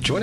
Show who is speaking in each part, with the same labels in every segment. Speaker 1: Join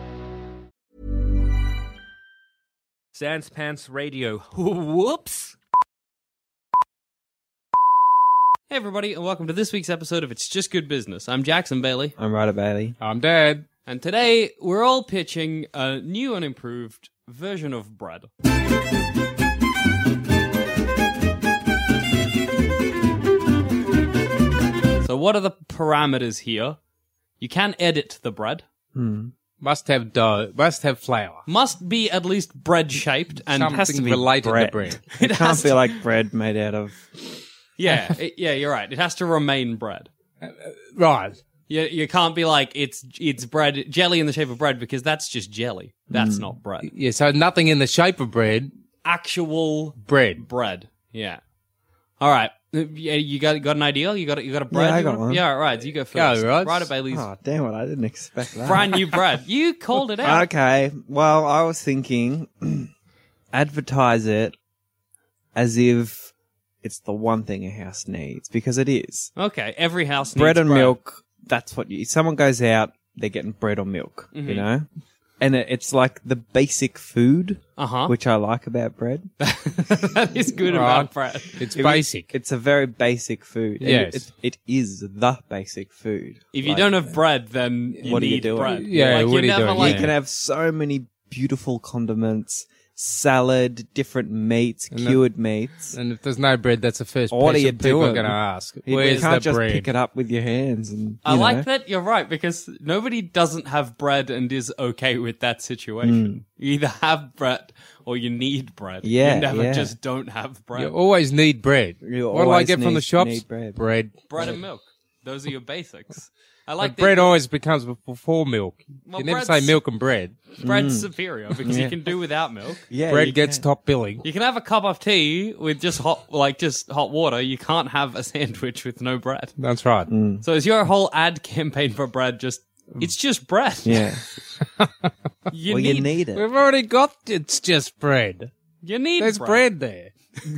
Speaker 2: Sans Pants Radio. Whoops.
Speaker 3: Hey, everybody, and welcome to this week's episode of It's Just Good Business. I'm Jackson Bailey,
Speaker 4: I'm Ryder Bailey.
Speaker 5: I'm dead.
Speaker 3: and today we're all pitching a new and improved version of bread. So, what are the parameters here? You can edit the bread.
Speaker 5: Must have dough. Must have flour.
Speaker 3: Must be at least bread shaped and
Speaker 5: Something
Speaker 3: has to be
Speaker 5: related
Speaker 4: bread.
Speaker 5: to bread.
Speaker 4: It,
Speaker 3: has
Speaker 4: can't be
Speaker 3: to-
Speaker 4: like bread made out of.
Speaker 3: Yeah, it- yeah, you're right. It has to remain bread.
Speaker 5: Right.
Speaker 3: You, you can't be like it's it's bread jelly in the shape of bread because that's just jelly. That's not bread.
Speaker 5: Yeah. So nothing in the shape of bread.
Speaker 3: Actual
Speaker 5: Bread.
Speaker 3: bread. Yeah. All right. Uh, Yeah, you got got an idea? You got you got a bread?
Speaker 4: I
Speaker 3: you
Speaker 4: got
Speaker 3: want-
Speaker 4: one.
Speaker 3: Yeah, all right. You go first.
Speaker 5: right.
Speaker 3: Right at Bailey's
Speaker 4: Oh, damn it. I didn't expect that.
Speaker 3: brand new bread. You called it out.
Speaker 4: Okay. Well, I was thinking advertise it as if it's the one thing a house needs because it is.
Speaker 3: Okay. Every house needs
Speaker 4: bread and milk, that's what you. Someone goes out, they're getting bread or milk,
Speaker 3: Mm-hmm.
Speaker 4: you know? And it, it's like the basic food,
Speaker 3: Uh huh.
Speaker 4: which I like about bread.
Speaker 3: that is good
Speaker 5: Right.
Speaker 3: about bread.
Speaker 5: It's
Speaker 4: It-
Speaker 5: basic.
Speaker 4: It's a very basic food. And
Speaker 5: Yes.
Speaker 4: It, it, it is the basic food.
Speaker 3: If you
Speaker 4: Like,
Speaker 3: don't have bread, then you
Speaker 4: What are
Speaker 3: need
Speaker 4: you doing?
Speaker 3: bread.
Speaker 5: Yeah,
Speaker 3: Like,
Speaker 5: what are
Speaker 3: you
Speaker 5: you
Speaker 3: never
Speaker 5: doing?
Speaker 3: like
Speaker 4: You can have so many beautiful condiments, salad, different meats,
Speaker 5: And the-
Speaker 4: cured meats.
Speaker 5: and if there's no bread, that's the first
Speaker 4: What are
Speaker 5: question
Speaker 4: you
Speaker 5: people are
Speaker 4: doing?
Speaker 5: going to ask.
Speaker 4: You
Speaker 5: Where's
Speaker 4: can't
Speaker 5: the
Speaker 4: just
Speaker 5: bread?
Speaker 4: pick it up with your hands. And
Speaker 3: I
Speaker 4: you know.
Speaker 3: like that you're right because nobody doesn't have bread and is okay with that
Speaker 4: Hmm.
Speaker 3: situation. You either have bread or you need bread.
Speaker 4: Yeah,
Speaker 3: you never
Speaker 4: yeah.
Speaker 3: just don't have bread.
Speaker 5: You always need bread.
Speaker 4: You
Speaker 5: what do I
Speaker 4: always
Speaker 5: get from
Speaker 4: need-
Speaker 5: the shops?
Speaker 4: need bread.
Speaker 3: bread and milk. Those are your basics. I
Speaker 5: But
Speaker 3: like that
Speaker 5: bread always becomes before milk.
Speaker 3: Well,
Speaker 5: you never say
Speaker 3: bread's-
Speaker 5: milk and bread.
Speaker 3: bread's superior because you can do without milk.
Speaker 4: Hmm. Yeah, you
Speaker 5: bread gets
Speaker 4: can.
Speaker 5: top billing.
Speaker 3: You can have a cup of tea with just hot, like just hot water. You can't have a sandwich with no bread.
Speaker 5: That's right.
Speaker 4: Mm. Hmm.
Speaker 3: So is your whole ad campaign for bread just? It's just bread.
Speaker 4: Yeah,
Speaker 3: You,
Speaker 4: well,
Speaker 3: need,
Speaker 4: you need it.
Speaker 5: We've already got it's just bread.
Speaker 3: You need
Speaker 5: There's bread there.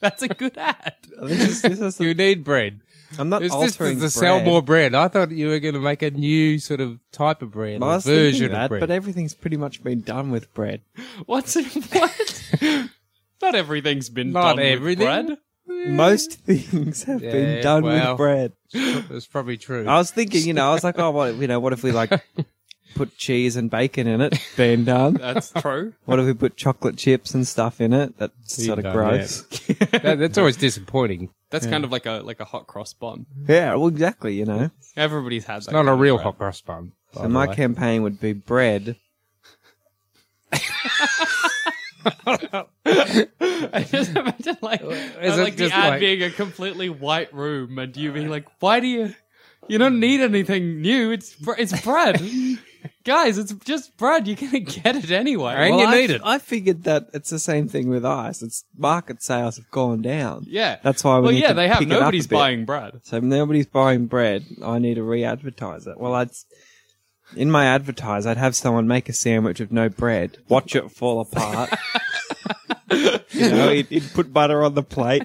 Speaker 3: That's a good ad.
Speaker 4: This is, this is
Speaker 5: You need bread.
Speaker 4: I'm not
Speaker 5: Is this
Speaker 4: altering bread.
Speaker 5: is to sell more bread? I thought you were going to make a new sort of type of bread,
Speaker 4: I
Speaker 5: a
Speaker 4: was thinking
Speaker 5: version
Speaker 4: that,
Speaker 5: of bread.
Speaker 4: but everything's pretty much been done with bread.
Speaker 3: What's it? What? Not everything's been
Speaker 5: Not
Speaker 3: done
Speaker 5: everything.
Speaker 3: with bread.
Speaker 4: Most things have
Speaker 5: Yeah,
Speaker 4: been done
Speaker 5: well.
Speaker 4: with bread.
Speaker 5: That's probably true.
Speaker 4: I was thinking, you know, I was like, oh, what, you know, what if we like put cheese and bacon in it? Been done.
Speaker 3: That's true.
Speaker 4: What if we put chocolate chips and stuff in it? That's
Speaker 5: You've
Speaker 4: sort of
Speaker 5: done
Speaker 4: gross.
Speaker 5: That- that's always disappointing.
Speaker 3: That's kind of like a like a hot cross bun.
Speaker 4: Yeah, well, exactly, you know.
Speaker 3: Everybody's had that.
Speaker 5: Not
Speaker 3: kind
Speaker 5: a
Speaker 3: of
Speaker 5: real
Speaker 3: bread.
Speaker 5: hot cross bun. by
Speaker 4: So
Speaker 5: the
Speaker 4: my
Speaker 5: way.
Speaker 4: campaign would be bread.
Speaker 3: I just imagine like,
Speaker 5: Is it
Speaker 3: like the
Speaker 5: just
Speaker 3: ad
Speaker 5: like-
Speaker 3: being a completely white room and you being like, why do you? You don't need anything new. It's br- it's bread, guys. It's just bread. You're gonna get it anyway.
Speaker 5: Right? And you
Speaker 4: I,
Speaker 5: need it.
Speaker 4: I figured that it's the same thing with ice. It's market sales have gone down.
Speaker 3: Yeah,
Speaker 4: That's why we
Speaker 3: Well,
Speaker 4: need
Speaker 3: yeah,
Speaker 4: to
Speaker 3: they have.
Speaker 4: pick it up a
Speaker 3: Nobody's
Speaker 4: bit.
Speaker 3: buying bread.
Speaker 4: So if nobody's buying bread. I need to re-advertise it. Well, I'd s- in my advertise, I'd have someone make a sandwich with no bread. Watch it fall apart. you know, he'd, he'd put butter on the plate.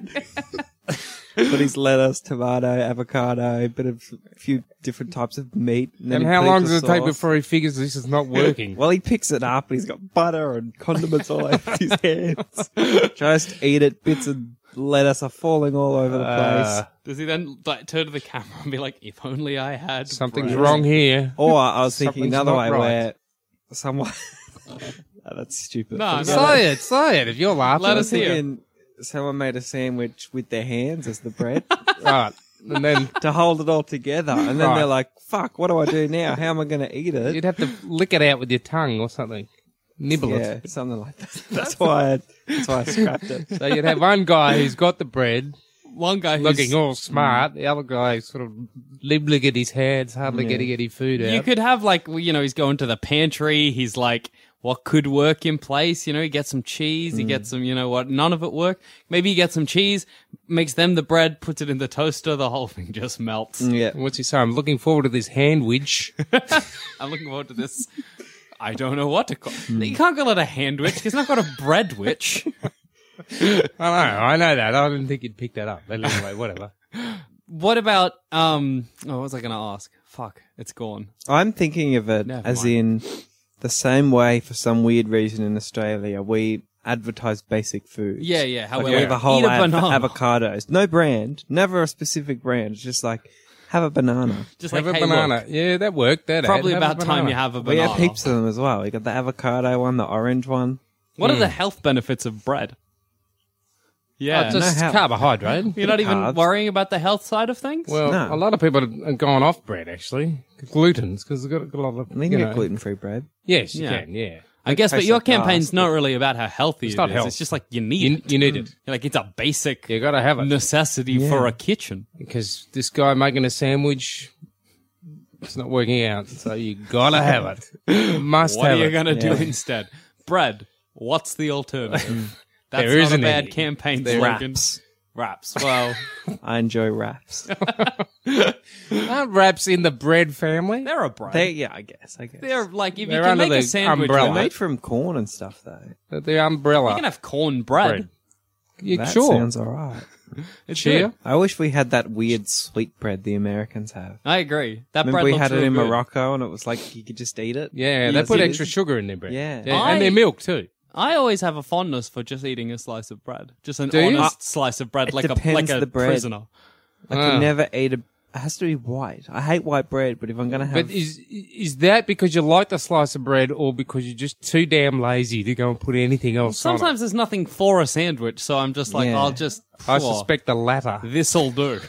Speaker 4: Put his lettuce, tomato, avocado, a bit of a few different types of meat. then
Speaker 5: And
Speaker 4: he'd
Speaker 5: how
Speaker 4: put
Speaker 5: long
Speaker 4: the
Speaker 5: does it take
Speaker 4: sauce.
Speaker 5: before he figures this is not working?
Speaker 4: Well, he picks it up and he's got butter and condiments all over his hands. Just eat it. Bits of lettuce are falling all over the place.
Speaker 5: Uh,
Speaker 3: Does he then like turn to the camera and be like, "If only I had
Speaker 5: something's
Speaker 3: bread."
Speaker 5: wrong here.
Speaker 4: Or I was thinking
Speaker 5: something's
Speaker 4: another
Speaker 5: not
Speaker 4: way
Speaker 5: right.
Speaker 4: where someone Oh, that's stupid.
Speaker 3: No, no.
Speaker 5: Say it, say it. If you're laughing,
Speaker 3: Let
Speaker 4: I
Speaker 3: us
Speaker 4: was
Speaker 3: hear.
Speaker 4: thinking someone made a sandwich with their hands as the bread
Speaker 5: Right. And then
Speaker 4: to hold it all together, and then
Speaker 5: Right.
Speaker 4: they're like, "Fuck, what do I do now? How am I going to eat it?"
Speaker 5: you'd have to lick it out with your tongue or something. Nibble
Speaker 4: yeah,
Speaker 5: it.
Speaker 4: something like that. That's why. I, that's why I scrapped it.
Speaker 5: So you'd have one guy who's got the bread,
Speaker 3: One guy who's
Speaker 5: looking all smart. The other guy sort of nibbling at his hands, hardly getting any food out.
Speaker 3: You could have like well, you know he's going to the pantry. He's like, what could work in place? You know, he gets some cheese. He
Speaker 5: Mm.
Speaker 3: gets some, you know what? None of it worked. Maybe he gets some cheese, makes them the bread, puts it in the toaster. The whole thing just melts.
Speaker 4: Yeah.
Speaker 5: What's he say? I'm looking forward to this handwich.
Speaker 3: I'm looking forward to this. I don't know what to call.
Speaker 5: Mm.
Speaker 3: You can't call it a hand witch. It's not got a bread witch.
Speaker 5: I know, I know that. I didn't think you'd pick that up. But anyway, whatever.
Speaker 3: What about um? Oh, what was I going to ask? Fuck, it's gone.
Speaker 4: I'm thinking of it
Speaker 3: Never
Speaker 4: as
Speaker 3: mind.
Speaker 4: in the same way for some weird reason in Australia we advertise basic foods.
Speaker 3: Yeah, yeah. How
Speaker 4: Like
Speaker 3: we
Speaker 4: we have a whole
Speaker 3: eat a
Speaker 4: ad for
Speaker 3: banana.
Speaker 4: avocados. No brand, never a specific brand. It's just like have a banana.
Speaker 3: Just
Speaker 5: Have
Speaker 3: like
Speaker 5: a
Speaker 3: hey,
Speaker 5: banana.
Speaker 3: look,
Speaker 5: Yeah, that worked. That
Speaker 3: Probably
Speaker 5: ad. Have a
Speaker 3: about time
Speaker 5: banana.
Speaker 3: you have a
Speaker 4: We
Speaker 3: banana.
Speaker 4: have heaps of them as well. We got the avocado one, the orange one.
Speaker 3: What are
Speaker 5: Mm.
Speaker 3: the health benefits of bread? Yeah.
Speaker 5: Oh, just
Speaker 4: No, how-
Speaker 5: carbohydrate.
Speaker 3: You're not even
Speaker 4: Carbs.
Speaker 3: worrying about the health side of things?
Speaker 5: Well,
Speaker 4: No.
Speaker 5: a lot of people have gone off bread actually, gluten's because they've got a lot of.
Speaker 4: And then
Speaker 5: you
Speaker 4: you
Speaker 5: know-
Speaker 4: get gluten free bread.
Speaker 5: Yes, you
Speaker 3: Yeah.
Speaker 5: can. Yeah,
Speaker 3: I guess, but
Speaker 4: tastes
Speaker 3: your
Speaker 4: like gas,
Speaker 3: campaign's not
Speaker 4: but-
Speaker 3: really about how healthy
Speaker 5: It's
Speaker 3: it
Speaker 5: not
Speaker 3: is.
Speaker 5: health.
Speaker 3: It's just like you need
Speaker 5: you,
Speaker 3: it.
Speaker 5: you need it.
Speaker 3: Like it's a basic
Speaker 5: You got to have it
Speaker 3: necessity for a kitchen.
Speaker 5: because this guy making a sandwich, it's not working out. So you gotta have it. Must
Speaker 3: What are
Speaker 5: have
Speaker 3: you
Speaker 5: it.
Speaker 3: going to do instead? Bread. What's the alternative? That's
Speaker 5: Mm. There
Speaker 3: not
Speaker 5: isn't
Speaker 3: a bad
Speaker 5: any.
Speaker 3: campaign
Speaker 5: There-
Speaker 3: slogan. Wraps. Well,
Speaker 4: I enjoy wraps.
Speaker 5: Aren't wraps in the bread family?
Speaker 3: they're a bread.
Speaker 4: they, yeah, I guess. I guess.
Speaker 3: They're like if
Speaker 5: They're
Speaker 3: you can
Speaker 5: under
Speaker 3: make a
Speaker 5: the
Speaker 3: sandwich,
Speaker 4: They're
Speaker 5: umbrella.
Speaker 3: with it,
Speaker 4: made from corn and stuff, though.
Speaker 5: The, the umbrella.
Speaker 3: you can have corn bread.
Speaker 5: You-
Speaker 4: That
Speaker 5: sure.
Speaker 4: sounds all right.
Speaker 3: It's
Speaker 5: Cheer.
Speaker 3: good.
Speaker 4: I wish we had that weird sweet bread the Americans have.
Speaker 3: I agree. That
Speaker 4: Remember
Speaker 3: bread
Speaker 4: we
Speaker 3: looks
Speaker 4: had it
Speaker 3: really
Speaker 4: in
Speaker 3: good.
Speaker 4: Morocco and it was like you could just eat it.
Speaker 5: Yeah, they
Speaker 4: Yes,
Speaker 5: put
Speaker 4: it
Speaker 5: extra
Speaker 4: is.
Speaker 5: sugar in their bread.
Speaker 4: Yeah.
Speaker 3: I-
Speaker 5: and their milk too.
Speaker 3: I always have a fondness for just eating a slice of bread, just an
Speaker 5: Do you? Uh,
Speaker 3: honest slice of bread,
Speaker 4: It
Speaker 3: like a like
Speaker 4: depends
Speaker 3: a
Speaker 4: the bread.
Speaker 3: prisoner.
Speaker 4: Like
Speaker 5: Ah.
Speaker 3: uh.
Speaker 4: you never eat a. It has to be white. I hate white bread, but if I'm gonna have,
Speaker 5: But is is that because you like the slice of bread, or because you're just too damn lazy to go and put anything else on
Speaker 3: Sometimes there's nothing for a sandwich, so I'm just like,
Speaker 4: Yeah.
Speaker 3: I'll just.
Speaker 5: it? I suspect the latter.
Speaker 3: this'll do.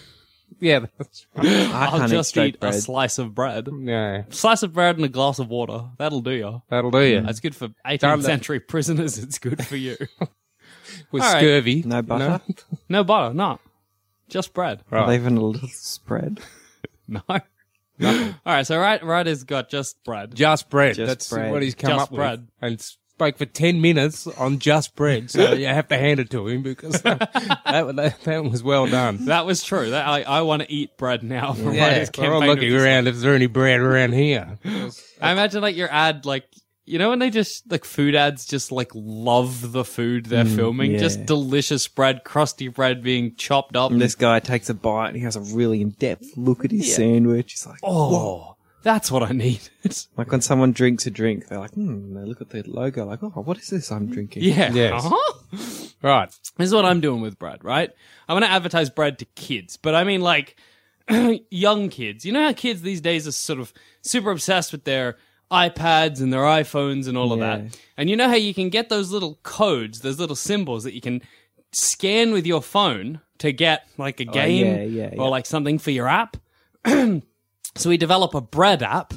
Speaker 5: Yeah, that's right.
Speaker 4: I
Speaker 3: I'll
Speaker 4: can't eat
Speaker 3: just
Speaker 4: straight
Speaker 3: eat
Speaker 4: bread.
Speaker 3: a slice of bread,
Speaker 5: yeah,
Speaker 3: slice of bread and a glass of water. That'll do you.
Speaker 5: that'll do you.
Speaker 4: Mm.
Speaker 3: That's good for 18th
Speaker 5: Done Hmm. that.
Speaker 3: century prisoners. It's good for you.
Speaker 5: With
Speaker 3: all right.
Speaker 5: scurvy,
Speaker 4: no butter,
Speaker 3: no butter, no, just bread.
Speaker 4: not
Speaker 5: Right.
Speaker 4: even a little spread.
Speaker 3: No. All right, so right, right has got just bread.
Speaker 5: Just bread.
Speaker 4: Just
Speaker 5: That's
Speaker 4: bread.
Speaker 5: what he's come
Speaker 3: Just
Speaker 5: up
Speaker 3: bread.
Speaker 5: with, and spoke for ten minutes on just bread. So you have to hand it to him because that, that, that was well done.
Speaker 3: That was true. That, I, I want to eat bread now. for
Speaker 5: Yeah,
Speaker 3: Ryder's
Speaker 5: we're all
Speaker 3: campaign
Speaker 5: looking
Speaker 3: of this
Speaker 5: around if there's any bread around here.
Speaker 3: I imagine like your ad, like you know when they just like food ads just like love the food they're filming,
Speaker 4: yeah. Mm.
Speaker 3: just delicious bread, crusty bread being chopped up.
Speaker 4: And this guy takes a bite and he has a really in-depth look at his sandwich. He's like,
Speaker 3: oh, that's what I need.
Speaker 4: like when someone drinks a drink, they're like, hmm. They look at the logo, like, oh, what is this I'm drinking?
Speaker 3: yeah,
Speaker 5: Yes.
Speaker 3: uh-huh.
Speaker 5: Right.
Speaker 3: this is what I'm doing with bread. Right, I'm gonna advertise bread to kids, but I mean like young kids. You know how kids these days are sort of super obsessed with their iPads and their iPhones and all of
Speaker 4: Yeah.
Speaker 3: that. And you know how you can get those little codes, those little symbols that you can scan with your phone to get like a game
Speaker 4: Oh, yeah, yeah, yeah.
Speaker 3: or like something for your app. so we develop a bread app,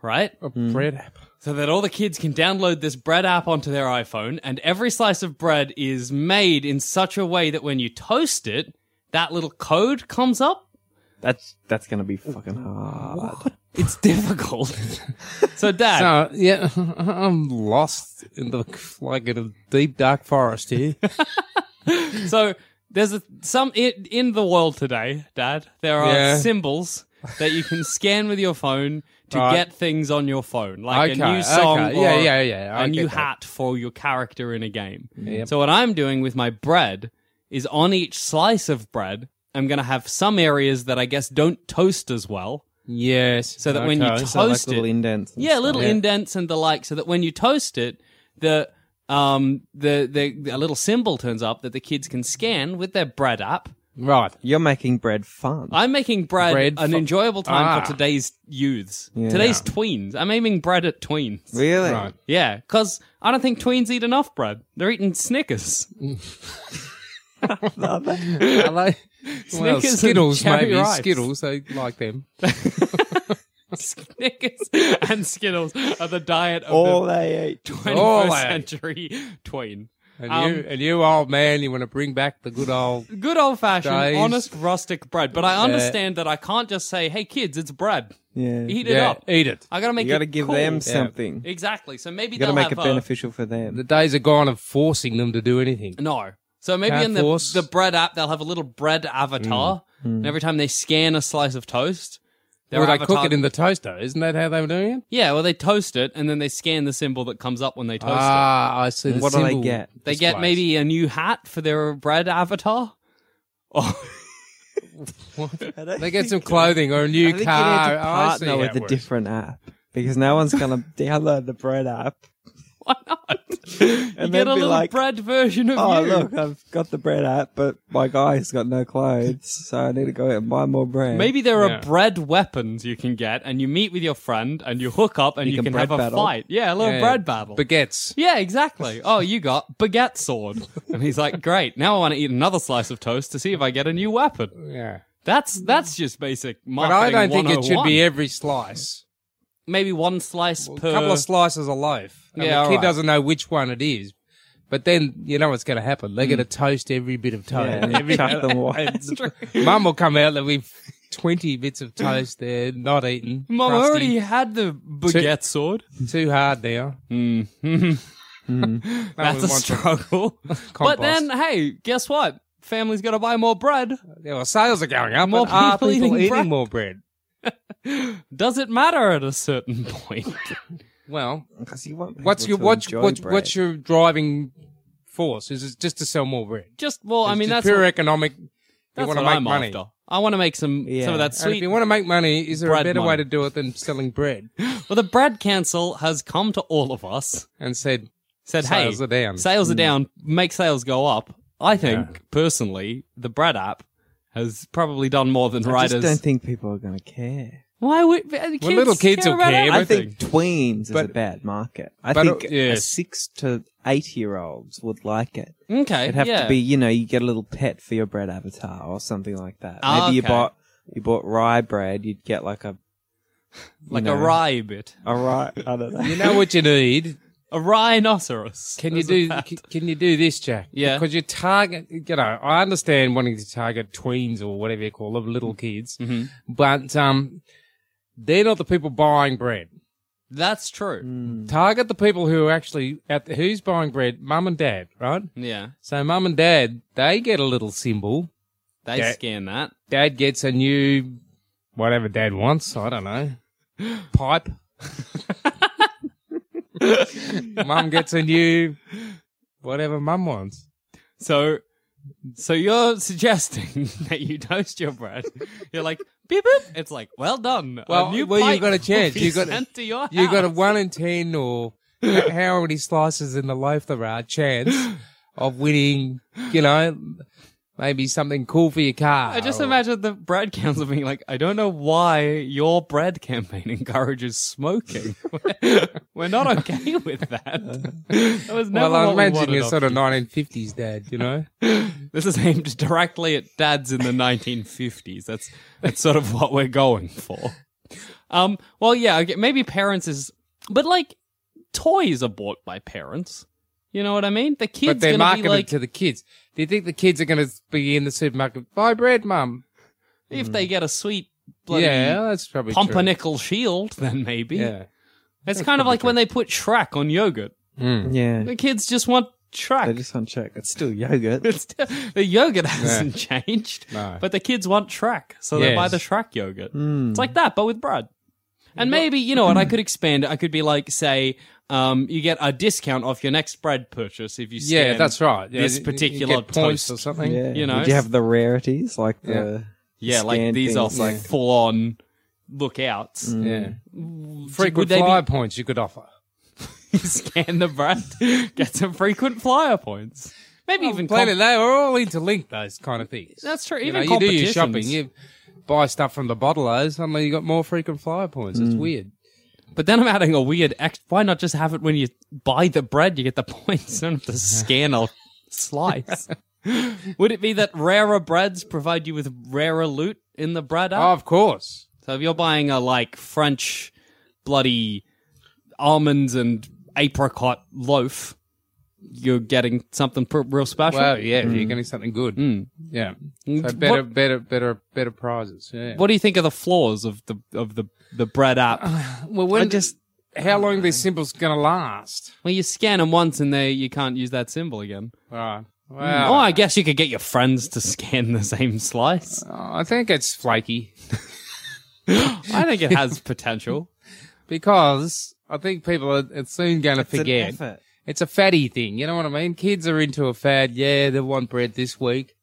Speaker 3: right?
Speaker 5: A
Speaker 4: Mm.
Speaker 5: bread app.
Speaker 3: So that all the kids can download this bread app onto their iPhone, and every slice of bread is made in such a way that when you toast it, that little code comes up.
Speaker 4: that's that's gonna be fucking hard.
Speaker 3: It's difficult. so, Dad,
Speaker 5: So yeah, I'm lost in the like in a deep dark forest here.
Speaker 3: so there's a, some in, in the world today, Dad. There are
Speaker 5: Yeah.
Speaker 3: symbols that you can scan with your phone to
Speaker 5: Right.
Speaker 3: get things on your phone, like a
Speaker 5: Okay,
Speaker 3: new song,
Speaker 5: okay.
Speaker 3: or
Speaker 5: Yeah, yeah, yeah, I
Speaker 3: a new
Speaker 5: get that.
Speaker 3: hat for your character in a game. So what I'm doing with my bread is on each slice of bread, I'm going to have some areas that I guess don't toast as well,
Speaker 5: yes,
Speaker 3: so that when you
Speaker 5: okay.
Speaker 3: toast
Speaker 4: So like
Speaker 3: it,
Speaker 4: little indents. and
Speaker 3: yeah,
Speaker 4: stuff.
Speaker 3: little indents and the like, so that when you toast it, the um the the a little symbol turns up that the kids can scan with their bread app
Speaker 5: Right.
Speaker 4: You're making bread fun.
Speaker 3: I'm making bread,
Speaker 5: Bread
Speaker 3: an
Speaker 5: for-
Speaker 3: enjoyable time
Speaker 5: Ah.
Speaker 3: for today's youths, today's tweens. I'm aiming bread at tweens.
Speaker 4: really?
Speaker 5: Right.
Speaker 3: Yeah, because I don't think tweens eat enough bread. They're eating Snickers.
Speaker 5: I like well,
Speaker 3: Snickers and
Speaker 5: Skittles,
Speaker 3: Cherry
Speaker 5: maybe.
Speaker 3: Ripes.
Speaker 5: Skittles, they like them.
Speaker 3: Snickers and Skittles are the diet of
Speaker 4: All
Speaker 3: the
Speaker 4: they eat.
Speaker 3: 21st
Speaker 5: all that.
Speaker 3: century tween.
Speaker 5: And,
Speaker 3: Um,
Speaker 5: you, and you, old man, you want to bring back the good old.
Speaker 3: Good old fashioned,
Speaker 5: Guys.
Speaker 3: honest, rustic bread. But I understand that I can't just say, hey, kids, it's bread.
Speaker 4: Yeah.
Speaker 3: Eat it
Speaker 5: yeah,
Speaker 3: up.
Speaker 5: eat it.
Speaker 3: I gotta make
Speaker 4: You got to
Speaker 3: it
Speaker 4: give
Speaker 3: cool.
Speaker 4: them something.
Speaker 3: Exactly. So maybe
Speaker 4: You got to
Speaker 3: they'll
Speaker 4: make
Speaker 3: have
Speaker 4: it
Speaker 3: a-
Speaker 4: beneficial for them.
Speaker 5: The days are gone of forcing them to do anything.
Speaker 3: No. So maybe
Speaker 5: Can't
Speaker 3: in the,
Speaker 5: force.
Speaker 3: the bread app, they'll have a little bread avatar.
Speaker 4: Mm.
Speaker 3: And every time they scan a slice of toast, their
Speaker 5: Or they
Speaker 3: avatar...
Speaker 5: cook it in the toaster. Isn't that how they were doing it?
Speaker 3: Yeah, well, they toast it, and then they scan the symbol that comes up when they toast it.
Speaker 5: Ah, I see. The
Speaker 4: What do they
Speaker 5: symbol
Speaker 4: get?
Speaker 3: They
Speaker 5: displays.
Speaker 3: get maybe a new hat for their bread avatar. Oh,
Speaker 5: They get some clothing or a
Speaker 4: I
Speaker 5: new
Speaker 4: think
Speaker 5: car.
Speaker 4: you need to
Speaker 5: Oh, I see
Speaker 4: partner
Speaker 5: how
Speaker 4: with
Speaker 5: it
Speaker 4: a
Speaker 5: works.
Speaker 4: different app because no one's going to download the bread app.
Speaker 3: Why not? you get
Speaker 4: And they'd
Speaker 3: a
Speaker 4: be
Speaker 3: little
Speaker 4: like,
Speaker 3: bread version of
Speaker 4: Oh,
Speaker 3: you.
Speaker 4: look, I've got the bread app, but my guy's got no clothes, so I need to go out and buy more bread.
Speaker 3: Maybe there are
Speaker 5: Yeah.
Speaker 3: bread weapons you can get, and you meet with your friend, and you hook up, and you,
Speaker 4: You can
Speaker 3: can,
Speaker 4: bread
Speaker 3: have a
Speaker 4: battle.
Speaker 3: fight. Yeah, a little
Speaker 5: Yeah.
Speaker 3: bread battle.
Speaker 5: Baguettes.
Speaker 3: yeah, exactly. Oh, you got baguette sword, and he's like, "Great! Now I want to eat another slice of toast to see if I get a new weapon."
Speaker 5: Yeah.
Speaker 3: That's that's just basic
Speaker 5: But
Speaker 3: marketing.
Speaker 5: I don't think it should
Speaker 3: 101.
Speaker 5: be every slice.
Speaker 3: maybe one slice
Speaker 5: A
Speaker 3: per.
Speaker 5: couple of slices of loaf. And
Speaker 3: Yeah,
Speaker 5: the kid
Speaker 3: alright.
Speaker 5: doesn't know which one it is. But then you know what's going to happen.
Speaker 3: Hmm.
Speaker 5: They're going to toast every bit of toast.
Speaker 4: Yeah, and chuck them away.
Speaker 5: Mum will come out and we've twenty bits of toast there, not eaten.
Speaker 3: Mom I
Speaker 5: crusty.
Speaker 3: already had the baguette sword.
Speaker 5: too hard now.
Speaker 3: That's a
Speaker 5: we want some
Speaker 3: struggle. but
Speaker 5: compost.
Speaker 3: then, hey, guess what? Family's got to buy more bread.
Speaker 5: Yeah, well, sales are going up.
Speaker 3: More
Speaker 5: and are
Speaker 3: people
Speaker 5: people
Speaker 3: eating
Speaker 5: eating
Speaker 3: bread?
Speaker 5: more bread?
Speaker 3: Does it matter at a certain point?
Speaker 5: Well,
Speaker 4: because you want
Speaker 5: what's
Speaker 4: people
Speaker 5: your
Speaker 4: to
Speaker 5: what's
Speaker 4: enjoy
Speaker 5: what's,
Speaker 4: bread.
Speaker 5: what's your driving force? Is it just to sell more bread?
Speaker 3: Just well, I
Speaker 5: It's
Speaker 3: mean
Speaker 5: just
Speaker 3: that's
Speaker 5: pure economic.
Speaker 3: that's
Speaker 5: you want
Speaker 3: what
Speaker 5: to make
Speaker 3: I'm
Speaker 5: money.
Speaker 3: after. I want to make some
Speaker 4: Yeah.
Speaker 3: some of that
Speaker 5: And if
Speaker 3: sweet.
Speaker 5: you want to make money, is there a
Speaker 3: Bread
Speaker 5: better way
Speaker 3: money.
Speaker 5: to do it than selling bread?
Speaker 3: well, the bread cancel has come to all of us.
Speaker 5: And said,
Speaker 3: Said,
Speaker 5: Sales
Speaker 3: hey,
Speaker 5: are down. Hmm.
Speaker 3: Sales are down. Make sales go up. I think personally, the bread app has probably done more than
Speaker 4: I just
Speaker 3: writers.
Speaker 4: don't think people are going to care.
Speaker 3: Why would uh, kids
Speaker 5: little kids will
Speaker 3: about
Speaker 5: care,
Speaker 3: it?
Speaker 5: but-
Speaker 4: I think tweens is
Speaker 5: But-
Speaker 4: a bad market. I
Speaker 5: but, uh,
Speaker 4: think a
Speaker 5: yes.
Speaker 4: six to eight year olds would like it.
Speaker 3: Okay,
Speaker 4: It'd have
Speaker 3: yeah.
Speaker 4: to be, you know, you get a little pet for your bread avatar or something like that.
Speaker 3: Ah,
Speaker 4: Maybe you
Speaker 3: okay.
Speaker 4: bought you bought rye bread, you'd get like a
Speaker 3: like
Speaker 4: know.
Speaker 3: a rye bit,
Speaker 4: a rye. I don't know.
Speaker 5: you know what you need?
Speaker 3: a rhinoceros.
Speaker 5: Can you
Speaker 3: There's a
Speaker 5: do?
Speaker 3: bat.
Speaker 5: Can, can you do this, Jack?
Speaker 3: Yeah.
Speaker 5: Because you target. You know, I understand wanting to target tweens or whatever you call them, little kids,
Speaker 3: Mm-hmm.
Speaker 5: but um, they're not the people buying bread.
Speaker 3: That's true.
Speaker 4: Hmm.
Speaker 5: Target the people who are actually at the, who's buying bread, mum and dad, right?
Speaker 3: Yeah,
Speaker 5: So mum and dad, they get a little symbol.
Speaker 3: they
Speaker 5: Yeah.
Speaker 3: scan that.
Speaker 5: Dad gets a new whatever dad wants. I don't know. Pipe. mum gets a new whatever mum wants.
Speaker 3: So, so you're suggesting that you toast your bread? You're like beep boop. It's like well done.
Speaker 5: Well,
Speaker 3: a new
Speaker 5: well, you've
Speaker 3: pipe
Speaker 5: got a
Speaker 3: will
Speaker 5: chance.
Speaker 3: be
Speaker 5: You've got a-
Speaker 3: sent to your
Speaker 5: You got a
Speaker 3: house.
Speaker 5: one in ten or how many slices in the loaf there are chance of winning. You know, maybe something cool for your car.
Speaker 3: I just
Speaker 5: or-
Speaker 3: imagine the bread council being like, I don't know why your bread campaign encourages smoking. We're not okay with that. That was never
Speaker 5: Well, I
Speaker 3: what we
Speaker 5: imagine
Speaker 3: wanted
Speaker 5: you're
Speaker 3: of
Speaker 5: sort of
Speaker 3: you.
Speaker 5: 1950s dad. You know.
Speaker 3: This is aimed directly at dads in the 1950s. That's that's sort of what we're going for. Um, well, yeah, okay, maybe parents is, but like toys are bought by parents. You know what I mean? The kids
Speaker 5: but they're
Speaker 3: gonna be
Speaker 5: marketed
Speaker 3: like
Speaker 5: to the kids. Do you think the kids are going to be in the supermarket? Buy bread, mum.
Speaker 3: if they get a sweet bloody
Speaker 5: yeah, that's probably true.
Speaker 3: pumpernickel shield, then maybe.
Speaker 5: Yeah,
Speaker 3: It's kind of like when they put Shrek on yogurt.
Speaker 4: Yeah.
Speaker 3: The kids just want
Speaker 4: I
Speaker 3: Shrek.
Speaker 4: just want to check. It's still yogurt.
Speaker 3: It's still- the yogurt hasn't changed,
Speaker 5: No.
Speaker 3: but the kids want Shrek, so they buy
Speaker 5: Yes. Hmm.
Speaker 3: the Shrek yogurt. It's like that, but with bread. And maybe you know what I could expand. it. I could be like, say, um, you get a discount off your next bread purchase if you scan.
Speaker 5: yeah, that's right. Yeah,
Speaker 3: this
Speaker 5: you- you
Speaker 3: particular
Speaker 5: get points
Speaker 3: toast.
Speaker 5: or something.
Speaker 4: Yeah.
Speaker 3: You know,
Speaker 4: Would you
Speaker 3: it's-
Speaker 4: have the rarities like the
Speaker 3: Yeah, like
Speaker 4: scanned
Speaker 3: these are
Speaker 4: things?
Speaker 3: like full on lookouts.
Speaker 5: Yeah,
Speaker 3: Mm.
Speaker 5: Mm.
Speaker 3: Would
Speaker 5: frequent
Speaker 3: they be-
Speaker 5: flyer points you could offer.
Speaker 3: scan the bread, get some frequent flyer points. Maybe even
Speaker 5: Planet,
Speaker 3: com-
Speaker 5: they are all interlinked, those kind of things.
Speaker 3: That's true.
Speaker 5: You,
Speaker 3: Even
Speaker 5: know, you do your shopping,
Speaker 3: competitions.
Speaker 5: you buy stuff from the bottlers, suddenly you got more frequent flyer points. It's weird.
Speaker 3: But then I'm adding a weird act. Why not just have it when you buy the bread, you get the points, you don't have to scan a slice. Would it be that rarer breads provide you with rarer loot in the bread
Speaker 5: Oh,
Speaker 3: app?
Speaker 5: of course.
Speaker 3: So if you're buying a like French bloody almonds and apricot loaf, you're getting something pr- real special.
Speaker 5: Well, yeah, you're getting something good. Yeah. So
Speaker 3: Mm. What-
Speaker 5: better, better, better, better prizes. Yeah.
Speaker 3: What do you think of the flaws of the of the the bread
Speaker 5: Uh.
Speaker 3: app?
Speaker 5: Well, when
Speaker 3: I just-
Speaker 5: how long
Speaker 3: Mm.
Speaker 5: this symbol's going to last?
Speaker 3: well, you scan them once and they you can't use that symbol again.
Speaker 5: All right. Well,
Speaker 3: Oh, I guess you could get your friends to scan the same slice.
Speaker 5: I think it's flaky
Speaker 3: I think it has potential.
Speaker 5: because I think people are it's soon going to
Speaker 4: an
Speaker 5: forget.
Speaker 4: effort.
Speaker 5: It's a fatty thing, you know what I mean? Kids are into a fad. Yeah, they want bread this week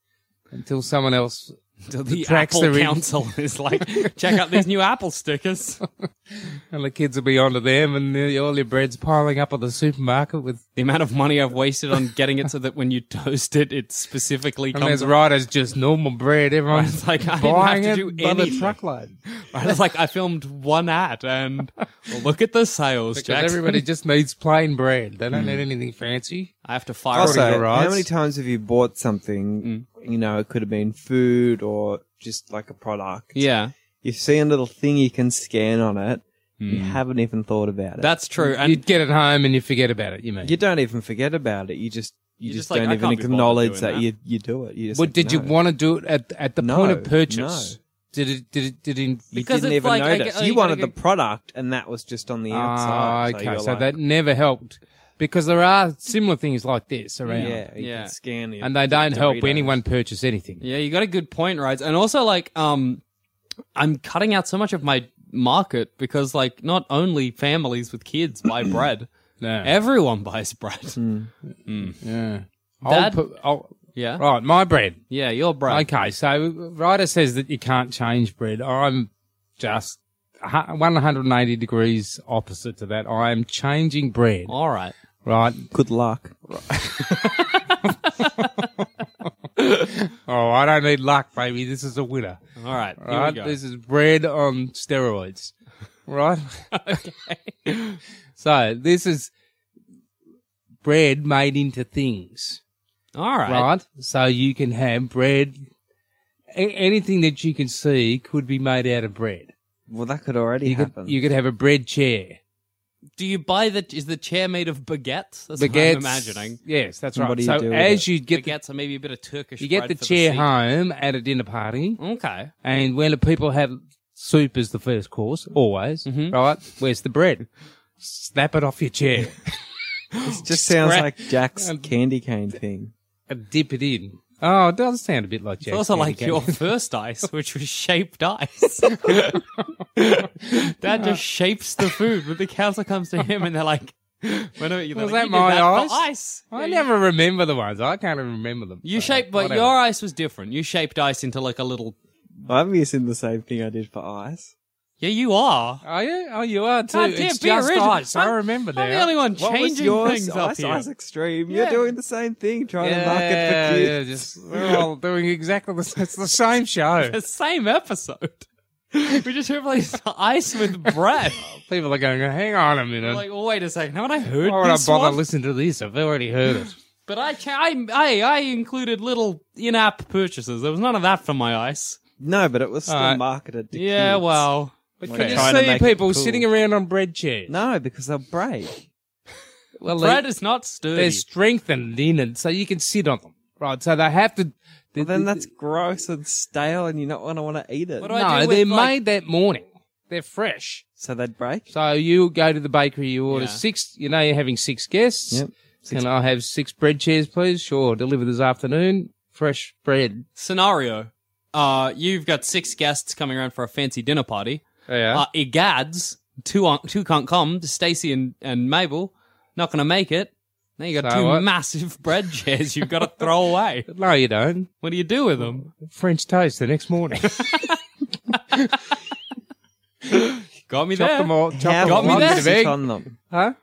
Speaker 5: until someone else
Speaker 3: The, the
Speaker 5: tracks
Speaker 3: Apple
Speaker 5: they're in.
Speaker 3: Council is like, check out these new Apple stickers.
Speaker 5: and the kids will be onto them, and the, all your bread's piling up at the supermarket with.
Speaker 3: The amount of money I've wasted on getting it so that when you toast it, it specifically
Speaker 5: And there's
Speaker 3: comes.
Speaker 5: right as just normal bread. Everyone's
Speaker 3: It's like, I didn't have
Speaker 5: buying
Speaker 3: to
Speaker 5: it
Speaker 3: do
Speaker 5: by the
Speaker 3: anything.
Speaker 5: truckload
Speaker 3: I was like, I filmed one ad and look at the sales,
Speaker 5: because
Speaker 3: Jackson. Hmm.
Speaker 5: everybody just needs plain bread. They don't need anything fancy.
Speaker 3: I have to fire
Speaker 4: Also,
Speaker 3: it.
Speaker 4: how many times have you bought something?
Speaker 3: Mm.
Speaker 4: You know, it could have been food or just like a product.
Speaker 3: Yeah,
Speaker 4: You see a little thing you can scan on it. You
Speaker 3: Mm.
Speaker 4: haven't even thought about it.
Speaker 3: that's true. And
Speaker 5: You'd get it home and you forget about it. You mean?
Speaker 4: you don't even forget about it. You just you
Speaker 3: You're
Speaker 4: just,
Speaker 3: just like,
Speaker 4: don't
Speaker 3: "I
Speaker 4: even
Speaker 3: can't be bothered
Speaker 4: acknowledge
Speaker 3: doing
Speaker 4: that,
Speaker 3: that."
Speaker 4: you you do it. You just
Speaker 5: Well,
Speaker 4: like,
Speaker 5: did you
Speaker 4: "No."
Speaker 5: want to do it at at the
Speaker 4: No,
Speaker 5: point of purchase?
Speaker 4: no.
Speaker 5: Did it? Did it? Did it? In,
Speaker 4: You
Speaker 3: Because
Speaker 4: didn't
Speaker 3: it's
Speaker 4: even
Speaker 3: like, I
Speaker 4: notice.
Speaker 3: get- oh,
Speaker 4: you
Speaker 3: you gotta
Speaker 4: wanted the
Speaker 3: get-
Speaker 4: product, and that was just on the
Speaker 5: Ah,
Speaker 4: outside.
Speaker 5: okay,
Speaker 4: you're
Speaker 5: so,
Speaker 4: like,
Speaker 5: that never helped because there are similar things like this around,
Speaker 4: yeah, you
Speaker 3: Yeah.
Speaker 4: can scan it,
Speaker 5: and they don't help
Speaker 4: Doritos.
Speaker 5: anyone purchase anything.
Speaker 3: Yeah, you got a good point, right? And also, like, um, I'm cutting out so much of my market because, like, not only families with kids buy bread,
Speaker 5: No.
Speaker 3: everyone buys bread.
Speaker 5: Mm. Yeah.
Speaker 3: Dad-
Speaker 5: I'll put, I'll,
Speaker 3: Yeah,
Speaker 5: right, my bread.
Speaker 3: yeah, your bread.
Speaker 5: Okay, so Ryder says that you can't change bread. I'm just hu- 180 degrees opposite to that. I am changing bread.
Speaker 4: Oh.
Speaker 3: All right.
Speaker 5: Right.
Speaker 4: Good luck.
Speaker 5: Oh, I don't need luck, baby. This is a winner.
Speaker 3: All right, here
Speaker 5: Right.
Speaker 3: we go.
Speaker 5: This is bread on steroids. Right.
Speaker 3: okay.
Speaker 5: so this is bread made into things.
Speaker 3: All right.
Speaker 5: right? So you can have bread. A- anything that you can see could be made out of bread.
Speaker 4: Well, that could already
Speaker 5: You
Speaker 4: happen.
Speaker 5: could, you could have a bread chair.
Speaker 3: Do you buy the? Is the chair made of baguettes? That's
Speaker 5: Baguettes-
Speaker 3: what I'm imagining.
Speaker 5: Yes, that's right.
Speaker 4: What do you
Speaker 5: so
Speaker 4: do with
Speaker 5: as
Speaker 4: it?
Speaker 5: you get the,
Speaker 3: baguettes and maybe a bit of Turkish.
Speaker 5: you get
Speaker 3: bread
Speaker 5: the
Speaker 3: for
Speaker 5: chair
Speaker 3: seat.
Speaker 5: home at a dinner party,
Speaker 3: Okay.
Speaker 5: and when the people have soup as the first course, always right. Where's the bread? Snap it off your chair
Speaker 4: It just sounds
Speaker 3: Scrap-
Speaker 4: like Jack's candy cane thing.
Speaker 5: and dip it in. Oh, it does sound a bit like Jack.
Speaker 3: It's also like your first ice, which was shaped ice. Dad just shapes the food, but the council comes to him and they're like, "When are you?" they're
Speaker 5: Was
Speaker 3: like,
Speaker 5: that
Speaker 3: "You did
Speaker 5: my
Speaker 3: for
Speaker 5: ice?"
Speaker 3: ice?
Speaker 5: I
Speaker 3: Yeah, you-
Speaker 5: never remember the ones. I can't even remember them.
Speaker 3: You
Speaker 5: So,
Speaker 3: shaped, but
Speaker 5: whatever.
Speaker 3: your ice was different. You shaped ice into like a little.
Speaker 4: I'm using the same thing I did for ice.
Speaker 3: Yeah, you are.
Speaker 5: Oh yeah, oh you are too.
Speaker 3: God damn,
Speaker 5: it's
Speaker 3: be
Speaker 5: just
Speaker 3: original.
Speaker 5: ice. I
Speaker 3: I'm-
Speaker 5: remember that.
Speaker 3: I'm the only one
Speaker 4: What was
Speaker 3: changing
Speaker 4: yours?
Speaker 3: things up
Speaker 4: ice,
Speaker 3: here.
Speaker 4: ice extreme.
Speaker 3: Yeah.
Speaker 4: You're doing the same thing, trying
Speaker 5: Yeah,
Speaker 4: to market for kids.
Speaker 5: yeah, just we're all doing exactly the same. It's the same show.
Speaker 3: The same episode. we just replaced ice with bread.
Speaker 5: People are going, hang on a minute.
Speaker 3: like, well, wait a second, haven't I heard
Speaker 5: Why would I
Speaker 3: this
Speaker 5: bother
Speaker 3: one?
Speaker 5: listening to this? I've already heard it.
Speaker 3: But I, cha- I, I, I included little in-app purchases. There was none of that for my ice.
Speaker 4: No, but it was still
Speaker 5: Alright.
Speaker 4: marketed to
Speaker 3: Yeah,
Speaker 4: kids.
Speaker 3: well,
Speaker 5: But
Speaker 4: Okay.
Speaker 5: can
Speaker 4: Trying
Speaker 5: you
Speaker 4: to
Speaker 5: see
Speaker 4: make it
Speaker 5: people
Speaker 4: cool.
Speaker 5: sitting around on bread chairs?
Speaker 4: No, because they'll break.
Speaker 5: well,
Speaker 3: bread
Speaker 5: they,
Speaker 3: is not sturdy.
Speaker 5: they're strengthened in it, so you can sit on them. Right, so they have to.
Speaker 4: Well, then that's gross and stale, and you're not going to want to eat it.
Speaker 3: What do I-
Speaker 5: no,
Speaker 3: do with,
Speaker 5: they're
Speaker 3: like-
Speaker 5: made that morning. They're fresh.
Speaker 4: So they'd break.
Speaker 5: So you go to the bakery, you order
Speaker 3: Yeah.
Speaker 5: six. You know, you're having six guests.
Speaker 4: Yep.
Speaker 5: Can I have six bread chairs, please? Sure. Deliver this afternoon. Fresh bread.
Speaker 3: Scenario: uh, You've got six guests coming around for a fancy dinner party.
Speaker 5: Yeah.
Speaker 3: Uh, Egads, two aren't, two can't come. Stacy and and Mabel not going to make it. Now you got
Speaker 5: So
Speaker 3: two
Speaker 5: what?
Speaker 3: massive bread chairs you've got to throw away.
Speaker 5: no, you don't.
Speaker 3: What do you do with them?
Speaker 5: French toast the next morning.
Speaker 3: Got me
Speaker 5: chop
Speaker 3: there.
Speaker 5: them all. Chop
Speaker 4: How
Speaker 5: them
Speaker 3: got
Speaker 5: all
Speaker 3: me
Speaker 4: long
Speaker 3: there.
Speaker 5: into
Speaker 4: is it
Speaker 5: big.
Speaker 4: on them?
Speaker 5: Huh?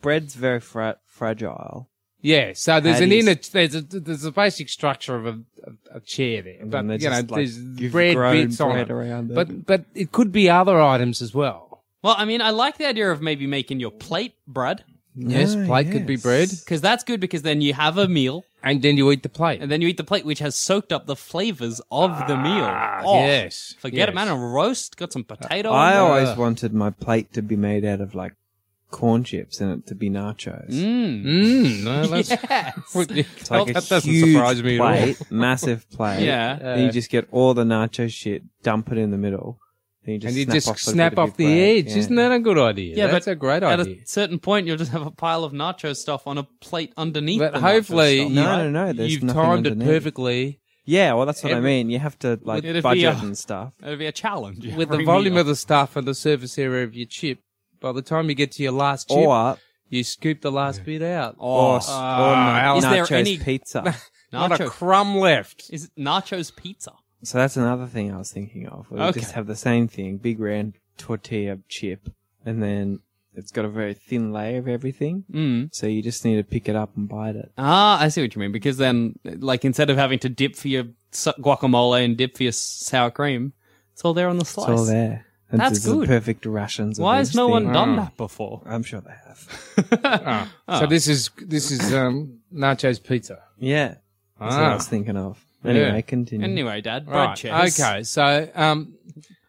Speaker 4: Bread's very fra- fragile.
Speaker 5: Yeah, so there's
Speaker 4: How
Speaker 5: an
Speaker 4: do you
Speaker 5: inner, there's a, there's a basic structure of a, a, a chair there, but
Speaker 4: they
Speaker 5: you know,
Speaker 4: just, like,
Speaker 5: there's
Speaker 4: give
Speaker 5: bread
Speaker 4: grown
Speaker 5: bits on
Speaker 4: bread
Speaker 5: it.
Speaker 4: around it.
Speaker 5: But but it could be other items as well.
Speaker 3: Well, I mean, I like the idea of maybe making your plate bread
Speaker 5: yes, plate could be
Speaker 4: yes.
Speaker 5: bread,
Speaker 3: because that's good because then you have a meal
Speaker 5: and then you eat the plate.
Speaker 3: and then you eat the plate which has soaked up the flavors of the meal.
Speaker 5: Ah,
Speaker 3: Oh,
Speaker 5: yes,
Speaker 3: Forget it,
Speaker 5: yes.
Speaker 3: man. A roast, got some
Speaker 5: Oh,
Speaker 3: potato.
Speaker 4: I
Speaker 3: on
Speaker 4: always
Speaker 3: there.
Speaker 4: wanted my plate to be made out of like corn chips and it to be nachos.
Speaker 3: Mm.
Speaker 5: Mm, no, that's,
Speaker 3: Yes.
Speaker 4: It's like
Speaker 5: that
Speaker 4: a
Speaker 5: doesn't
Speaker 4: huge
Speaker 5: surprise me at all.
Speaker 4: plate, massive plate.
Speaker 3: Yeah.
Speaker 4: and you just get all the nacho shit, dump it in the middle, and you just
Speaker 5: and you
Speaker 4: snap
Speaker 5: just
Speaker 4: off, a
Speaker 5: snap
Speaker 4: bit of
Speaker 5: off the
Speaker 4: your plate.
Speaker 5: edge.
Speaker 4: Yeah.
Speaker 5: Isn't that a good idea?
Speaker 3: Yeah,
Speaker 5: that's
Speaker 3: but
Speaker 5: a great
Speaker 3: At
Speaker 5: idea.
Speaker 3: a certain point, you'll just have a pile of nacho stuff on a plate underneath.
Speaker 5: But
Speaker 3: the nacho
Speaker 5: hopefully,
Speaker 3: stuff.
Speaker 5: you-
Speaker 4: No, no, no, there's
Speaker 5: you've
Speaker 4: nothing
Speaker 5: timed
Speaker 4: underneath.
Speaker 5: it perfectly
Speaker 4: Yeah, well, that's what I
Speaker 5: Every-
Speaker 4: mean. You have to like
Speaker 3: It'd be
Speaker 4: budget
Speaker 3: a-
Speaker 4: and stuff.
Speaker 3: it'd be a challenge
Speaker 5: with the volume of the stuff and the surface area of your chip. By the time you get to your last chip,
Speaker 4: Or
Speaker 5: you scoop the last bit out.
Speaker 4: or, s- or
Speaker 5: uh,
Speaker 4: na-
Speaker 3: Is there
Speaker 4: nachos
Speaker 3: any-
Speaker 4: pizza.
Speaker 5: not a
Speaker 3: nacho.
Speaker 5: crumb left.
Speaker 3: Is it nachos pizza?
Speaker 4: so that's another thing I was thinking of. We
Speaker 3: Okay.
Speaker 4: just have the same thing, big round tortilla chip, and then it's got a very thin layer of everything.
Speaker 3: Mm.
Speaker 4: So you just need to pick it up and bite it.
Speaker 3: Ah, I see what you mean. Because then, like, instead of having to dip for your su- guacamole and dip for your s- sour cream, it's all there on the slice.
Speaker 4: It's all there. And
Speaker 3: That's
Speaker 4: this is the
Speaker 3: good.
Speaker 4: perfect rations. of
Speaker 3: Why has
Speaker 4: each
Speaker 3: no one
Speaker 4: thing.
Speaker 3: done that before?
Speaker 4: I'm sure they have.
Speaker 5: Ah, So this is this is um, nachos pizza.
Speaker 4: Yeah. That's what I was thinking of. Anyway,
Speaker 5: Yeah.
Speaker 4: continue.
Speaker 3: Ah. Anyway, Dad, bread
Speaker 5: Right.
Speaker 3: chairs.
Speaker 5: Okay. So um,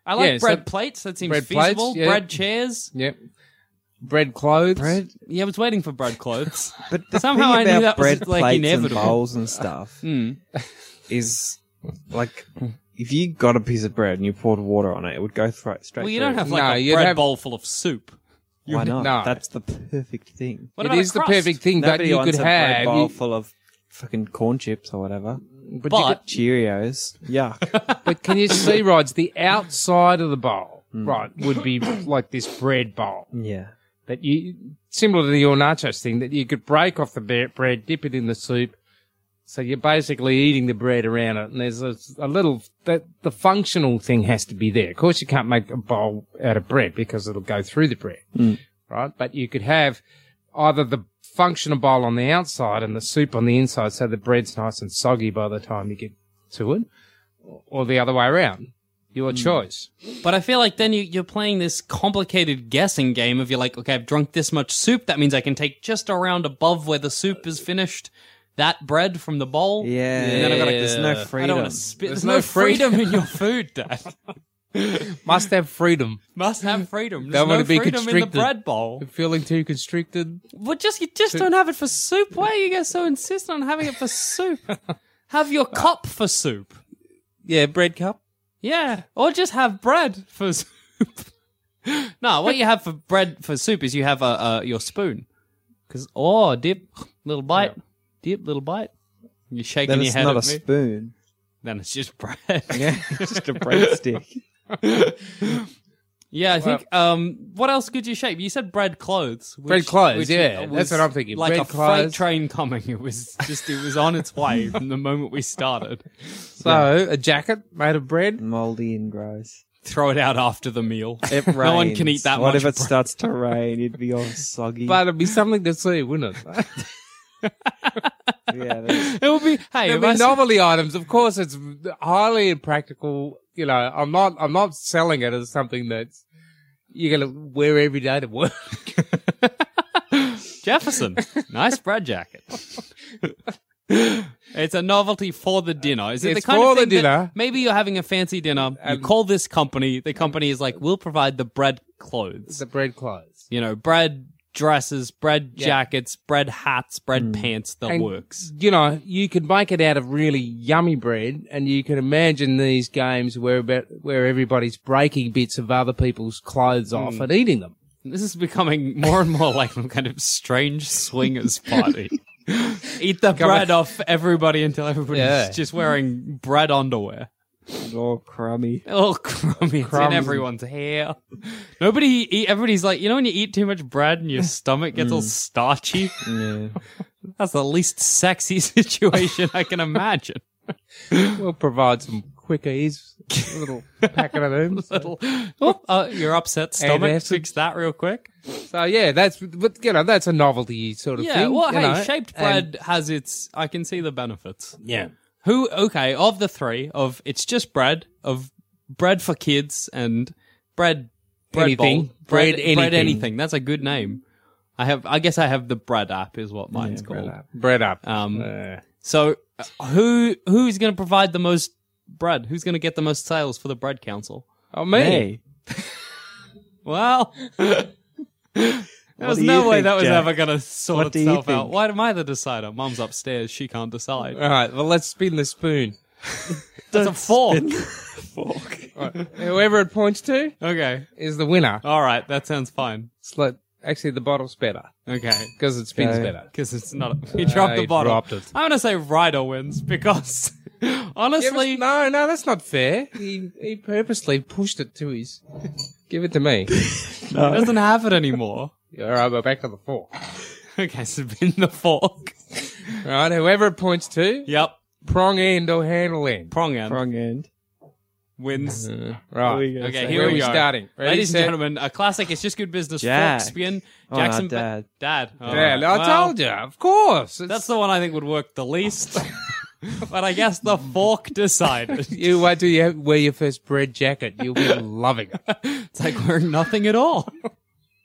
Speaker 3: I like
Speaker 5: Yeah, so-
Speaker 3: bread plates. That seems
Speaker 5: Bread plates,
Speaker 3: feasible.
Speaker 5: yeah.
Speaker 3: Bread chairs.
Speaker 5: yep. Bread clothes.
Speaker 4: Bread,
Speaker 3: Yeah, I was waiting for bread clothes.
Speaker 4: but the
Speaker 3: Somehow I
Speaker 4: thing
Speaker 3: knew that
Speaker 4: about
Speaker 3: was,
Speaker 4: bread
Speaker 3: like,
Speaker 4: plates and
Speaker 3: inevitable.
Speaker 4: bowls and stuff
Speaker 3: Hmm.
Speaker 4: is like if you got a piece of bread and you poured water on it, it would go thro- straight.
Speaker 3: Well, you
Speaker 4: through.
Speaker 3: don't have like
Speaker 5: No,
Speaker 3: a
Speaker 5: you'd
Speaker 3: bread
Speaker 5: have-
Speaker 3: bowl full of soup.
Speaker 4: Why not?
Speaker 5: no.
Speaker 4: That's the perfect thing.
Speaker 3: What
Speaker 5: it
Speaker 3: about a
Speaker 5: is the
Speaker 3: crust?
Speaker 5: perfect thing that
Speaker 4: Nobody
Speaker 5: you
Speaker 4: wants
Speaker 5: could
Speaker 4: a bread
Speaker 5: have.
Speaker 4: bowl
Speaker 5: You-
Speaker 4: full of fucking corn chips or whatever.
Speaker 5: but, you
Speaker 3: But
Speaker 4: Cheerios. Yuck.
Speaker 5: could- but can you see, Rods? The outside of the bowl, right, would be like this bread bowl
Speaker 4: yeah.
Speaker 5: that you similar to your nachos thing that you could break off the bre- bread, dip it in the soup. So you're basically eating the bread around it, and there's a, a little that the functional thing has to be there. Of course, you can't make a bowl out of bread because it'll go through the bread, right? But you could have either the functional bowl on the outside and the soup on the inside, so the bread's nice and soggy by the time you get to it, or the other way around. Your choice.
Speaker 3: But I feel like then you, you're playing this complicated guessing game of you're like, okay, I've drunk this much soup. That means I can take just around above where the soup is finished that bread from the bowl.
Speaker 4: Yeah.
Speaker 3: And then I gotta,
Speaker 4: There's no
Speaker 3: I don't
Speaker 4: freedom.
Speaker 3: want to spit. There's,
Speaker 5: There's
Speaker 3: no,
Speaker 5: no
Speaker 3: freedom in your food, Dad.
Speaker 5: Must have freedom.
Speaker 3: Must have freedom. There's
Speaker 5: Don't
Speaker 3: no
Speaker 5: wanna be
Speaker 3: freedom in the
Speaker 5: constricted.
Speaker 3: bread bowl.
Speaker 5: Feeling too constricted.
Speaker 3: Well, just you just don't have it for soup. Why are you guys so insistent on having it for soup? have your cup for soup.
Speaker 5: Yeah, bread cup.
Speaker 3: Yeah, or just have bread for soup. no, what you have for bread for soup is you have a, uh your spoon. Because oh, dip, little bite, dip, little bite. You're shaking
Speaker 4: Then
Speaker 3: your
Speaker 4: it's
Speaker 3: head
Speaker 4: not a
Speaker 3: at me.
Speaker 4: spoon.
Speaker 3: then it's just bread.
Speaker 4: Yeah. it's just a breadstick.
Speaker 3: yeah, I think. Um, what else could you shape? You said bread clothes. Which,
Speaker 5: uh, Bread clothes,
Speaker 3: which,
Speaker 5: yeah,
Speaker 3: uh,
Speaker 5: that's
Speaker 3: was
Speaker 5: what I'm thinking.
Speaker 3: Like
Speaker 5: Bread
Speaker 3: a freight
Speaker 5: clothes.
Speaker 3: train coming. It was just it was on its way from the moment we started.
Speaker 5: So a jacket made of bread.
Speaker 4: Moldy and gross.
Speaker 3: Throw it out after the meal.
Speaker 4: It
Speaker 3: no one can
Speaker 4: rains.
Speaker 3: eat that
Speaker 4: What
Speaker 3: much.
Speaker 4: if it
Speaker 3: bread.
Speaker 4: starts to rain? It'd be all soggy.
Speaker 5: But it'd be something to see, wouldn't it?
Speaker 4: yeah, that's-
Speaker 3: It would be. Hey,
Speaker 5: There'd
Speaker 3: if
Speaker 5: be
Speaker 3: I saw-
Speaker 5: novelty items. Of course, it's highly impractical. You know, I'm not. I'm not selling it as something that's you're gonna wear every day to work.
Speaker 3: Jefferson, nice bread jacket. it's a novelty for the dinner. Is it
Speaker 5: It's
Speaker 3: the kind
Speaker 5: for
Speaker 3: of
Speaker 5: the
Speaker 3: thing that
Speaker 5: dinner. Um,
Speaker 3: maybe you're having a fancy dinner? you call this company. The company is like, we'll provide the bread clothes.
Speaker 5: the bread clothes.
Speaker 3: You know, bread dresses, bread jackets, bread hats, bread pants. The
Speaker 5: And-
Speaker 3: works.
Speaker 5: You know, you could make it out of really yummy bread, and you can imagine these games where about, where everybody's breaking bits of other people's clothes off and eating them.
Speaker 3: This is becoming more and more like some kind of strange swingers party. Eat the bread off everybody until everybody's
Speaker 5: Yeah.
Speaker 3: just wearing bread underwear.
Speaker 4: it's all crummy.
Speaker 3: Oh, crummy! It's in
Speaker 5: Crumbs.
Speaker 3: everyone's hair. Nobody eat. Everybody's like, you know, when you eat too much bread and your stomach gets all starchy.
Speaker 4: Yeah.
Speaker 3: That's the least sexy situation I can imagine.
Speaker 5: We'll provide some quicker his little packet of them. So,
Speaker 3: Little- oh, uh, your upset stomach.
Speaker 5: that's-
Speaker 3: Fix that real quick.
Speaker 5: so, yeah, that's but you know that's a novelty sort of
Speaker 3: Yeah,
Speaker 5: thing.
Speaker 3: well,
Speaker 5: you
Speaker 3: hey,
Speaker 5: know,
Speaker 3: shaped
Speaker 5: and-
Speaker 3: bread has its. I can see the benefits.
Speaker 5: yeah,
Speaker 3: Who? Okay, of the three, of it's just bread, of bread for kids and bread, bread
Speaker 5: Anything.
Speaker 3: bowl, bread,
Speaker 5: Bread
Speaker 3: bread
Speaker 5: anything.
Speaker 3: anything. That's a good name. I have. I guess I have the bread app is what mine's
Speaker 4: bread
Speaker 3: called.
Speaker 4: app.
Speaker 5: bread up.
Speaker 3: Um,
Speaker 5: Uh,
Speaker 3: So uh, who who's going to provide the most bread? Who's going to get the most sales for the bread council?
Speaker 5: oh me,
Speaker 4: Hey,
Speaker 3: Well, there was
Speaker 4: do
Speaker 3: no
Speaker 4: you
Speaker 3: way
Speaker 4: think,
Speaker 3: that was
Speaker 4: Jack?
Speaker 3: ever going to sort
Speaker 4: What do you
Speaker 3: itself out.
Speaker 4: think?
Speaker 3: Why am I the decider? Mum's upstairs; she can't decide.
Speaker 5: all right. Well, let's spin the spoon.
Speaker 3: That's a fork.
Speaker 4: fork.
Speaker 5: Whoever it points to
Speaker 3: Okay,
Speaker 5: is the winner.
Speaker 3: all right, that sounds fine.
Speaker 5: It's like, actually, the bottle's better
Speaker 3: Okay,
Speaker 5: because it spins
Speaker 4: Okay.
Speaker 5: better.
Speaker 3: because it's not. We dropped the
Speaker 5: he
Speaker 3: bottle.
Speaker 5: dropped it.
Speaker 3: I'm going to say Ryder wins because
Speaker 5: Yeah, but
Speaker 3: honestly,
Speaker 5: no, no, that's not fair. He he purposely pushed it to his. Give it to me.
Speaker 3: he doesn't have it anymore.
Speaker 5: All right, we're back to the four.
Speaker 3: Okay, so bin the fork.
Speaker 5: All right, whoever it points to,
Speaker 3: Yep,
Speaker 5: prong end or handle end.
Speaker 3: prong end
Speaker 4: Wrong end.
Speaker 3: wins.
Speaker 5: Uh, right.
Speaker 4: What are you gonna
Speaker 3: Okay,
Speaker 4: say?
Speaker 3: here
Speaker 5: Where
Speaker 3: we
Speaker 5: we
Speaker 3: go.
Speaker 5: starting? Ready,
Speaker 3: Ladies
Speaker 5: set.
Speaker 3: and gentlemen, a classic. It's just good business.
Speaker 4: Jack.
Speaker 3: Fork spin.
Speaker 4: Oh,
Speaker 3: Jackson.
Speaker 4: no, Dad.
Speaker 3: Dad. Oh,
Speaker 5: Yeah, I
Speaker 3: well,
Speaker 5: told you. Of course. It's-
Speaker 3: That's the one I think would work the least. but I guess the fork decided.
Speaker 5: you wait till you have- wear your first bread jacket. You'll be loving it.
Speaker 3: It's like wearing nothing at all.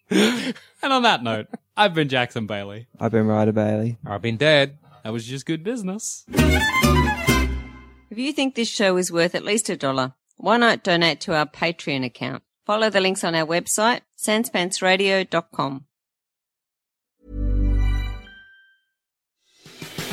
Speaker 3: and on that note, I've been Jackson Bailey.
Speaker 4: I've been Ryder Bailey.
Speaker 5: I've been dead.
Speaker 3: That was just good business.
Speaker 6: If you think this show is worth at least a dollar, why not donate to our Patreon account? Follow the links on our website, sanspantsradio.com.